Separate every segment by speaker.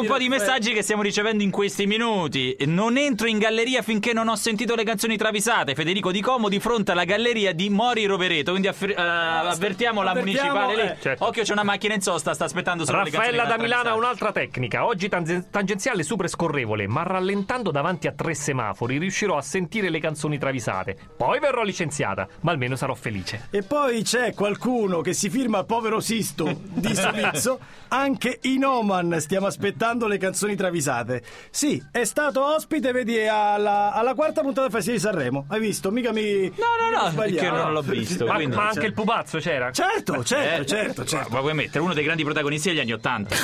Speaker 1: Un po' di messaggi che stiamo ricevendo in questi minuti. Non entro in galleria finché non ho sentito le canzoni travisate. Federico Di Como di fronte alla galleria di Mori Rovereto. Quindi affer- eh, avvertiamo la
Speaker 2: avvertiamo,
Speaker 1: municipale lì.
Speaker 2: eh.
Speaker 3: Certo.
Speaker 1: Occhio, c'è una macchina in sosta, sta aspettando solo le
Speaker 3: Raffaella
Speaker 1: canzoni
Speaker 3: da Milano ha
Speaker 1: travisate.
Speaker 3: un'altra tecnica. Oggi tange- tangenziale super scorrevole, ma rallentando davanti a tre semafori riuscirò a sentire le canzoni travisate. Poi verrò licenziata, ma almeno sarò felice.
Speaker 2: E poi c'è qualcuno che si firma Povero Sisto di Solizzo, anche in Oman stiamo aspettando le canzoni travisate. Sì, è stato ospite, vedi, alla, alla quarta puntata Festival di Sanremo. Hai visto? Mica mi...
Speaker 1: No, no, no,
Speaker 2: sbagliavo.
Speaker 1: perché non l'ho visto,
Speaker 3: Ma,
Speaker 1: quindi-
Speaker 3: ma anche il pupazzo c'era.
Speaker 2: Certo, certo,
Speaker 1: Eh,
Speaker 2: certo, certo.
Speaker 1: Ma vuoi mettere uno dei grandi protagonisti degli anni Ottanta?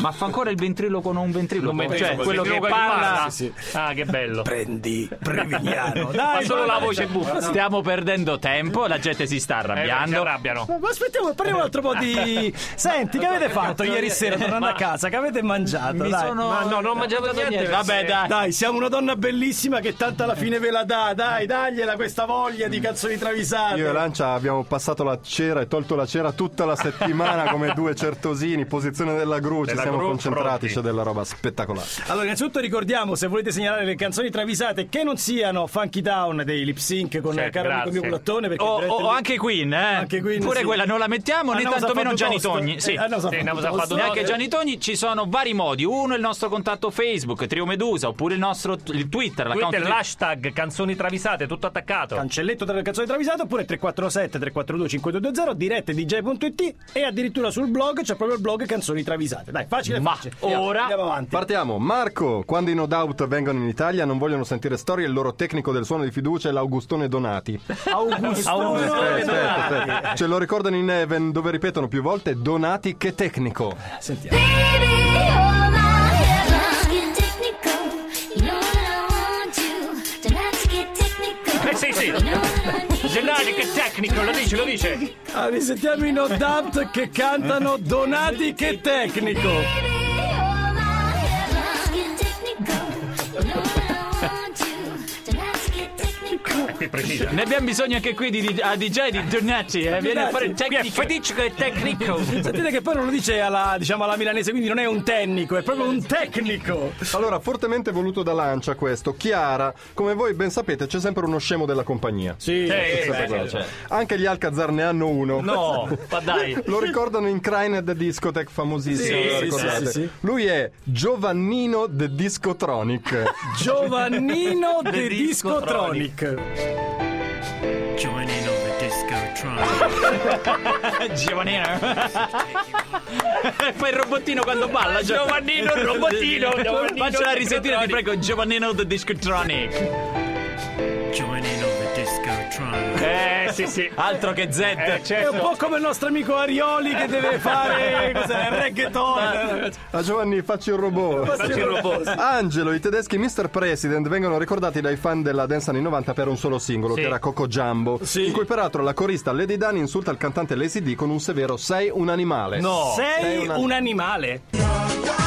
Speaker 1: Ma fa ancora il ventriloquo non un ventriloquo?
Speaker 3: Non me-
Speaker 1: cioè,
Speaker 3: quello
Speaker 1: quello
Speaker 3: che
Speaker 1: che
Speaker 3: parla.
Speaker 1: parla.
Speaker 2: Sì,
Speaker 3: Ah, che bello.
Speaker 2: Prendi Prevignano.
Speaker 3: Ma
Speaker 2: Dai,
Speaker 3: solo la
Speaker 2: guarda.
Speaker 3: voce buffa.
Speaker 1: Stiamo perdendo tempo, la gente si sta
Speaker 3: Eh, si
Speaker 1: arrabbiando.
Speaker 3: arrabbiano.
Speaker 2: Ma ma aspettiamo, parliamo un altro po' di... Senti, che avete fatto ieri sera tornando a casa? Che avete mangiato?
Speaker 1: Mi
Speaker 2: Dai.
Speaker 1: sono-
Speaker 3: Ma no, non ho mangiato
Speaker 1: mangiato
Speaker 3: niente,
Speaker 1: niente.
Speaker 3: per sé.
Speaker 1: Vabbè, dai.
Speaker 2: Dai, siamo una donna bellissima che tanto alla fine ve la dà.
Speaker 1: Eh.
Speaker 2: Dai, dagliela questa voglia di canzoni travisate.
Speaker 4: Io e Lancia abbiamo passato la cera e tolto la cera tutta la settimana come due certosini, posizione della gru, ci
Speaker 3: Della
Speaker 4: siamo
Speaker 3: gru,
Speaker 4: concentrati,
Speaker 3: pronti.
Speaker 4: c'è della roba spettacolare.
Speaker 2: Allora, innanzitutto ricordiamo, se volete segnalare le canzoni travisate che non siano Funky Down dei Lip Sync con
Speaker 3: Certo,
Speaker 2: Carlo
Speaker 3: grazie.
Speaker 2: Amico Mulattone, perché
Speaker 1: O, o-
Speaker 2: direttamente-
Speaker 1: o Oh, anche Queen, eh?
Speaker 2: Anche Queen,
Speaker 1: Pure
Speaker 2: sì.
Speaker 1: quella non la mettiamo, né
Speaker 2: Ah, no,
Speaker 1: tantomeno
Speaker 2: sa
Speaker 1: Gianni
Speaker 2: fatto
Speaker 1: Togni.
Speaker 2: tosto.
Speaker 1: Sì.
Speaker 2: Eh, ah, no, sa
Speaker 3: Sì,
Speaker 2: fatto
Speaker 3: no, sa
Speaker 2: tosto.
Speaker 3: fatto tosto.
Speaker 1: Neanche Gianni Togni, ci sono vari modi. Uno è il nostro contatto Facebook, Trio Medusa, oppure il nostro il Twitter, l'account
Speaker 3: Twitter,
Speaker 1: di-
Speaker 3: l'hashtag canzoni travisate, tutto attaccato.
Speaker 2: Cancelletto delle canzoni travisate oppure 347 342 5220 dirette dj.it e addirittura sul blog c'è proprio il blog canzoni travisate. Dai, facile,
Speaker 3: Ma
Speaker 2: facile. Andiamo-
Speaker 3: ora-
Speaker 2: andiamo avanti.
Speaker 4: Partiamo, Marco, quando i No Doubt vengono in Italia non vogliono sentire storie, il loro tecnico del suono di fiducia è l'Augustone Donati.
Speaker 2: Augusto.
Speaker 3: Augusto.
Speaker 4: Eh, aspetta, aspetta. Ce lo ricordano in Even dove ripetono più volte Donati che tecnico.
Speaker 2: Sentiamo.
Speaker 5: Baby, you're my heaven. Get technical. You know that I want you. Don't have to get technical.
Speaker 3: Eh sì, sì.
Speaker 5: You know that I need
Speaker 3: Gennari, che tecnico, lo dice, lo dice.
Speaker 2: Ah, risentiamo i No Doubt che cantano Donati che tecnico.
Speaker 5: Baby, you're my heaven. Get technical. You know that I want you. Don't have to get technical.
Speaker 3: Che precisa.
Speaker 1: Ne abbiamo bisogno anche qui di, di- a DJ di Giornacci, eh? Viene a fare il
Speaker 3: Qui è
Speaker 1: tecnico.
Speaker 3: fetice e tecnico.
Speaker 2: Sentite che poi non lo dice alla, diciamo, alla milanese, quindi non è un tecnico, è proprio un tecnico.
Speaker 4: Allora, fortemente voluto da Lancia questo. Chiara, come voi ben sapete, c'è sempre uno scemo della compagnia.
Speaker 2: Sì.
Speaker 3: Eh, beh,
Speaker 1: cioè.
Speaker 4: Anche gli Alcazar ne hanno uno.
Speaker 3: certo. No, ma oh, dai.
Speaker 4: Lo ricordano in Crane the Discotech, famosissimo,
Speaker 2: Sì,
Speaker 4: lo
Speaker 2: sì,
Speaker 4: ricordate?
Speaker 2: sì, sì.
Speaker 4: Lui è Giovannino the Discotronic.
Speaker 2: Giovannino
Speaker 1: The
Speaker 2: de
Speaker 1: Discotronic.
Speaker 2: Discotronic.
Speaker 6: Joining on the disco trunk.
Speaker 1: Giovannino. E poi il robottino quando balla. cioè.
Speaker 3: Giovannino, il robottino, Giovannino,
Speaker 1: Faccela risentire,
Speaker 3: il
Speaker 1: ti
Speaker 3: Discotronic.
Speaker 1: prego. Giovannino the Discotronic.
Speaker 6: Joining on the disco trunk.
Speaker 3: Eh, sì, sì.
Speaker 1: Altro che Z.
Speaker 3: Eh,
Speaker 2: È un
Speaker 3: certo.
Speaker 2: po' come il nostro amico Arioli che deve fare cos'è, il reggaeton.
Speaker 4: A Giovanni faccio il robot.
Speaker 3: Facci il robot.
Speaker 4: Angelo, i tedeschi Mr. President vengono ricordati dai fan della dance anni 90 per un solo singolo,
Speaker 3: Sì.
Speaker 4: che era Coco Jumbo,
Speaker 2: Sì.
Speaker 4: in cui peraltro la corista Lady Dani insulta il cantante Lazy D con un severo sei un animale.
Speaker 3: No.
Speaker 2: Sei
Speaker 4: una-
Speaker 2: un animale.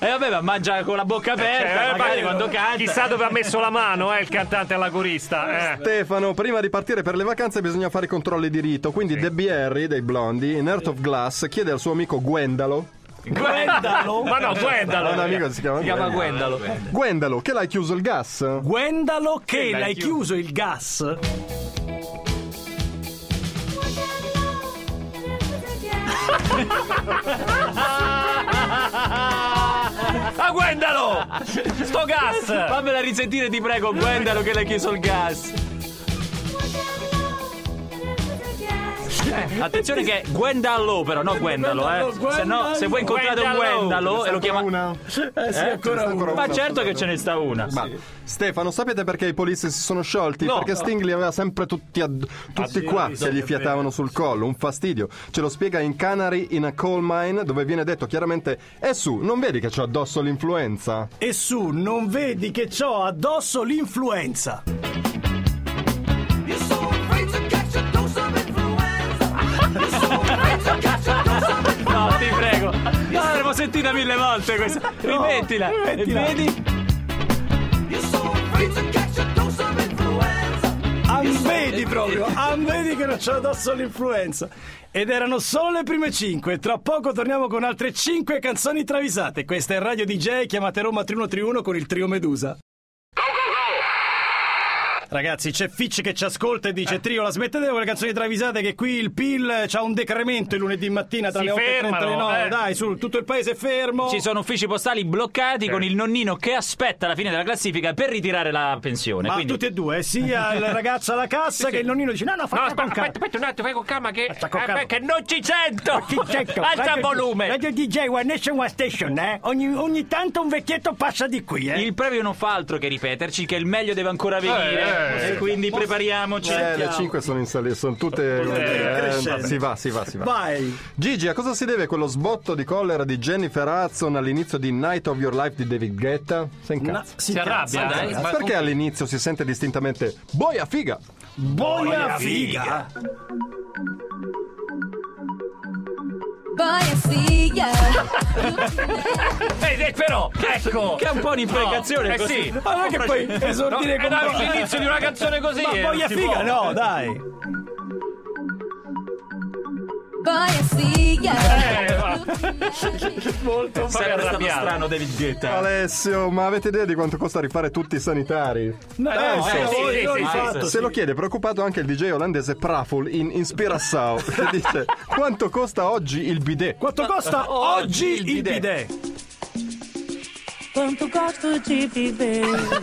Speaker 1: E vabbè, ma mangia con la bocca aperta,
Speaker 3: Eh,
Speaker 1: magari
Speaker 3: ma-
Speaker 1: quando canta.
Speaker 3: Chissà dove ha messo la mano, eh, il cantante alla corista. Eh.
Speaker 4: Stefano, prima di partire per le vacanze bisogna fare i controlli di rito, quindi Debbie Harry dei Blondi in Earth of Glass chiede al suo amico Gwendalo,
Speaker 2: Guendalo.
Speaker 3: Ma no,
Speaker 4: ha un
Speaker 3: guardalo.
Speaker 4: amico che si chiama,
Speaker 1: Si chiama
Speaker 4: Gwendalo.
Speaker 1: Ah, Gwendalo.
Speaker 4: Gwendalo, che l'hai chiuso il gas?
Speaker 1: Oh,
Speaker 2: Guendalo che l'hai chiuso il gas.
Speaker 3: Ah, guardalo! Sto gas!
Speaker 1: Fammela risentire, ti prego, Gwendalo che l'ha chiuso il gas. Attenzione che è Gwendalo però, no Gwendalo, eh.
Speaker 2: Gwendalo,
Speaker 1: Se no, se voi incontrate un
Speaker 3: Gwendalo.
Speaker 1: Gwendalo e lo chiamate...
Speaker 4: Una.
Speaker 2: Eh sì, ancora
Speaker 4: Questa è ancora
Speaker 2: uno.
Speaker 4: una.
Speaker 1: Ma certo che ce ne sta una.
Speaker 4: Ma Stefano, sapete perché i polizi si sono sciolti? perché Sting li aveva sempre tutti, ad- tutti qua che gli fiatavano sul collo, un fastidio. Ce lo spiega in Canary in a coal mine, dove viene detto chiaramente: E su, non vedi che c'ho addosso l'influenza?
Speaker 2: E su, non vedi che c'ho addosso l'influenza.
Speaker 1: No, ti prego. No, l'avremmo sentita mille volte questa. Rimettila. E
Speaker 2: rimettila.
Speaker 1: vedi?
Speaker 7: You're so afraid to catch a dose of influenza.
Speaker 2: Vedi proprio, ah, vedi che non c'ho addosso l'influenza. Ed erano solo le prime 5. Tra poco torniamo con altre 5 canzoni travisate. Questa è Radio DJ, chiamate Roma 3131 con il trio Medusa. Ragazzi, c'è Fitch che ci ascolta e dice: Trio, la smettete con le canzoni travisate? Che qui il PIL c'ha un decremento il lunedì mattina tra
Speaker 3: Si
Speaker 2: le 8 e 30 e le
Speaker 3: fermano,
Speaker 2: 9.
Speaker 3: eh.
Speaker 2: Dai, su, tutto il paese è fermo.
Speaker 1: Ci sono uffici postali bloccati con il nonnino che aspetta la fine della classifica per ritirare la pensione.
Speaker 2: Ma
Speaker 1: quindi
Speaker 2: tutti e due, eh, sia il ragazzo alla cassa che il nonnino dice: No, no,
Speaker 3: No,
Speaker 2: fai
Speaker 3: aspetta,
Speaker 2: con calma.
Speaker 3: aspetta, aspetta un attimo, fai con calma che,
Speaker 2: con
Speaker 3: eh,
Speaker 2: calma.
Speaker 3: che non ci sento. Alza il volume.
Speaker 2: certo. Radio DJ One Nation One Station, eh? Ogni, ogni tanto un vecchietto passa di qui, eh?
Speaker 1: il premio non fa altro che ripeterci che il meglio deve ancora venire.
Speaker 3: eh,
Speaker 1: e quindi prepariamoci.
Speaker 4: Eh, le 5 sono in sali, sono tutte. eh,
Speaker 2: crescenti.
Speaker 4: si va, si va, si va.
Speaker 2: Vai!
Speaker 4: Gigi, a cosa si deve quello sbotto di collera di Jennifer Hudson all'inizio di Night of Your Life di David Guetta? Si
Speaker 2: Na-
Speaker 4: incazza.
Speaker 3: Si arrabbia,
Speaker 2: incazza,
Speaker 3: dai.
Speaker 2: dai.
Speaker 3: Ma-
Speaker 4: Perché all'inizio si sente distintamente boia figa?
Speaker 2: Boia figa!
Speaker 7: Boy, I see ya.
Speaker 3: Eh, eh, però, ecco.
Speaker 1: Che è un po' un'imprecazione
Speaker 3: No, eh
Speaker 1: così.
Speaker 3: sì.
Speaker 2: Ma cioè, non è che poi esordire
Speaker 3: No,
Speaker 2: con
Speaker 3: eh, dai,
Speaker 2: boia-
Speaker 3: l'inizio di una canzone così.
Speaker 2: Ma
Speaker 3: eh,
Speaker 2: boia
Speaker 3: non si può.
Speaker 2: figa, no, dai!
Speaker 7: Boy, I see ya.
Speaker 3: Eh, va.
Speaker 2: Molto
Speaker 1: Sempre
Speaker 3: Vabbè,
Speaker 1: stato
Speaker 3: arrabbiato.
Speaker 1: strano David
Speaker 3: Cioè.
Speaker 1: Guetta.
Speaker 4: Alessio, ma avete idea di quanto costa rifare tutti i sanitari?
Speaker 2: no,
Speaker 4: Eh,
Speaker 2: eh,
Speaker 4: sì,
Speaker 2: sì,
Speaker 3: sì,
Speaker 2: io
Speaker 3: sì,
Speaker 2: ho
Speaker 3: sì,
Speaker 2: fatto,
Speaker 4: Se lo chiede preoccupato anche il DJ olandese Praful in Inspirassao, che dice quanto costa oggi il bidet?
Speaker 2: Quanto costa oggi il bidet?
Speaker 8: Quanto costa o te viver?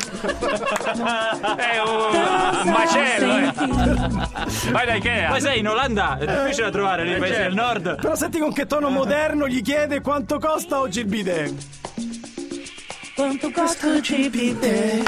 Speaker 3: È Eh, oh, un macello, eh. Vai da Ikea.
Speaker 1: Poi sei in Olanda, è difficile da trovare nei paesi del nord.
Speaker 2: Però senti con che tono moderno gli chiede quanto costa oggi il bidet.
Speaker 8: Quanto costa o te viver?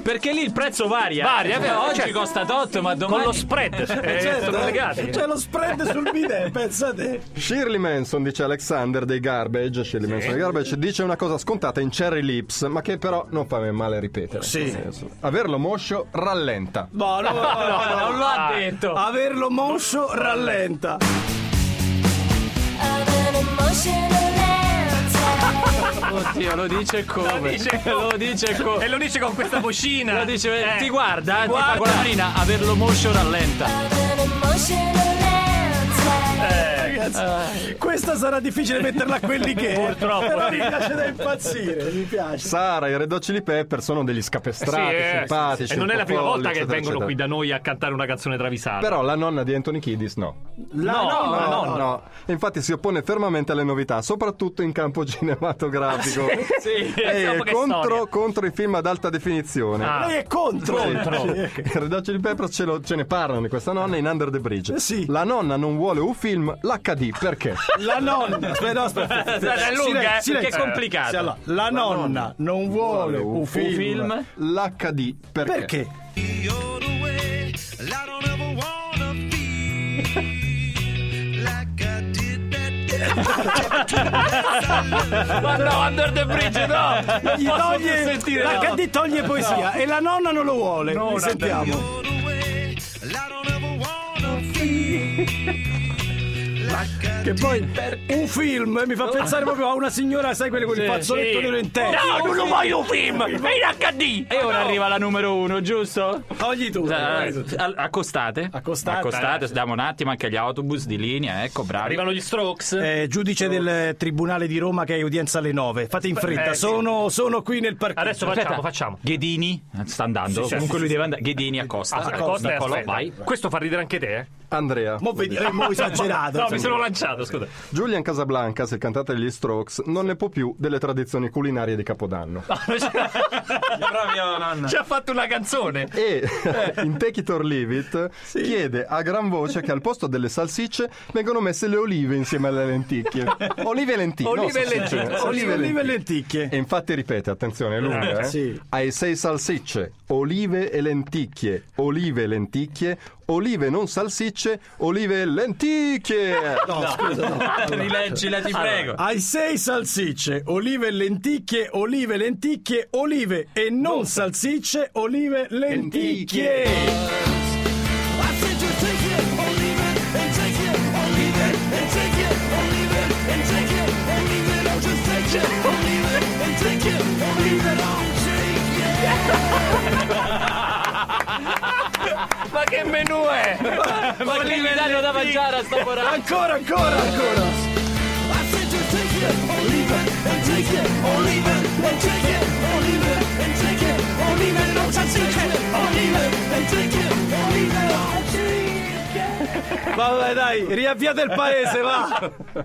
Speaker 1: Perché lì il prezzo varia.
Speaker 3: Varia,
Speaker 1: Cioè,
Speaker 3: eh,
Speaker 1: oggi
Speaker 3: certo.
Speaker 1: costa tot, ma domani.
Speaker 3: Con lo spread. eh, sono
Speaker 2: eh,
Speaker 3: legati.
Speaker 2: C'è lo spread sul bidet, pensate.
Speaker 4: Shirley Manson, dice Alexander dei Garbage, Shirley Manson dei Garbage, dice una cosa scontata in Cherry Lips, ma che però non fa male ripetere.
Speaker 2: Sì.
Speaker 4: Nel senso, Averlo moscio rallenta.
Speaker 2: No, no, no, no,
Speaker 1: Ah,
Speaker 2: no.
Speaker 1: non l'ha detto.
Speaker 2: Averlo moscio rallenta.
Speaker 5: Of an emotional attack.
Speaker 1: Oddio, lo dice come? Lo
Speaker 3: dice come.
Speaker 1: Lo dice come?
Speaker 3: E lo dice con questa vocina.
Speaker 1: Lo dice,
Speaker 3: Eh.
Speaker 1: ti guarda, ti fa
Speaker 3: guarda.
Speaker 1: con la manina, averlo motion rallenta.
Speaker 5: Of an emotional attack.
Speaker 2: Questa sarà difficile metterla a quelli che.
Speaker 3: Purtroppo,
Speaker 2: Però
Speaker 3: sì.
Speaker 2: mi piace da impazzire, mi piace.
Speaker 4: Sara, i Red Hot Chili Pepper sono degli scapestrati,
Speaker 3: Sì, eh,
Speaker 4: simpatici.
Speaker 3: E non è
Speaker 4: un
Speaker 3: la
Speaker 4: po'
Speaker 3: prima
Speaker 4: folli,
Speaker 3: volta che
Speaker 4: eccetera,
Speaker 3: vengono qui
Speaker 4: eccetera.
Speaker 3: da noi a cantare una canzone travisata.
Speaker 4: Però la nonna di Anthony Kiddis no.
Speaker 2: La
Speaker 3: no,
Speaker 2: nonna,
Speaker 3: la
Speaker 4: no, no, Infatti si oppone fermamente alle novità, soprattutto in campo cinematografico.
Speaker 3: sì,
Speaker 4: E
Speaker 3: che
Speaker 4: contro,
Speaker 3: storia.
Speaker 4: contro i film ad alta definizione.
Speaker 3: Ah.
Speaker 2: Lei è contro.
Speaker 3: Contro.
Speaker 2: Sì.
Speaker 4: I Red Hot Chili Peppers ce, lo- ce ne parlano di questa nonna in Under the Bridge.
Speaker 2: Eh sì.
Speaker 4: La nonna non vuole un film, l'HD perché?
Speaker 2: La nonna. Aspetta, no, aspetta.
Speaker 3: Aspetta, è lunga, eh,
Speaker 1: che è complicato.
Speaker 2: Sì, allora, la nonna non vuole un film.
Speaker 1: film?
Speaker 4: L'HD perché?
Speaker 2: Perché?
Speaker 6: You're the way I don't ever wanna be like I did that day.
Speaker 3: Ma no, Under the Bridge no! Non
Speaker 2: Gli
Speaker 3: posso più
Speaker 2: toglie,
Speaker 3: sentire
Speaker 2: la
Speaker 3: no.
Speaker 2: Caddy toglie poesia e la nonna non lo vuole.
Speaker 3: No,
Speaker 2: Li
Speaker 3: no,
Speaker 2: sentiamo.
Speaker 6: You're the way I don't ever wanna feel like I
Speaker 2: Che poi un film mi fa pensare proprio a una signora, sai quelle con il fazzoletto
Speaker 3: sì.
Speaker 2: nero in testa.
Speaker 3: No, non lo voglio un film! È in HD!
Speaker 1: E ora arriva la numero uno, giusto?
Speaker 2: Togli tu.
Speaker 1: Eh, a- accostate. eh,
Speaker 2: Accostate.
Speaker 1: Accostate, diamo un attimo anche agli autobus di linea, ecco, bravi.
Speaker 3: Arrivano gli Strokes.
Speaker 2: Eh, giudice del Tribunale di Roma che ha udienza alle 9. Fate in fretta,
Speaker 3: Eh, sì.
Speaker 2: sono, sono qui nel parcheggio.
Speaker 3: Adesso facciamo, facciamo.
Speaker 1: Ghedini eh, sta andando,
Speaker 3: Sì, sì,
Speaker 1: comunque
Speaker 3: sì,
Speaker 1: lui
Speaker 3: sì.
Speaker 1: deve andare. Ghedini accosta.
Speaker 3: Ah, Costa,
Speaker 1: Niccolò,
Speaker 3: aspetta.
Speaker 1: vai.
Speaker 3: Questo fa ridere anche te, eh?
Speaker 4: Andrea.
Speaker 2: Mo vedi, eh, mo esagerato.
Speaker 3: No, mi sono lanciato, scusa.
Speaker 4: Julian Casablancas, il cantante degli Strokes, non ne può più delle tradizioni culinarie di Capodanno.
Speaker 3: Ci ha fatto una canzone.
Speaker 4: E
Speaker 2: Eh.
Speaker 4: in Take It or Leave It chiede a gran voce che al posto delle salsicce vengono messe le olive insieme alle lenticchie. Olive e lenticchie. no,
Speaker 3: Olive e
Speaker 4: salsicce,
Speaker 3: lenticchie.
Speaker 2: Olive, olive e
Speaker 4: lenticchie.
Speaker 2: lenticchie.
Speaker 4: E infatti ripete, attenzione, è lunga, eh?
Speaker 2: sì.
Speaker 4: Hai sei salsicce, olive e lenticchie, olive e lenticchie, olive non salsicce, olive e lenticchie!
Speaker 2: No, scusa, no.
Speaker 1: Rileggila, ti prego.
Speaker 2: Hai sei salsicce, olive e lenticchie, olive e lenticchie, olive e non salsicce, olive e lenticchie.
Speaker 9: Ma che menù è?
Speaker 1: Ma che gli danno da mangiare a sto poraccio?
Speaker 7: Ancora, ancora, ancora. Vabbè dai, riavviate il paese, va!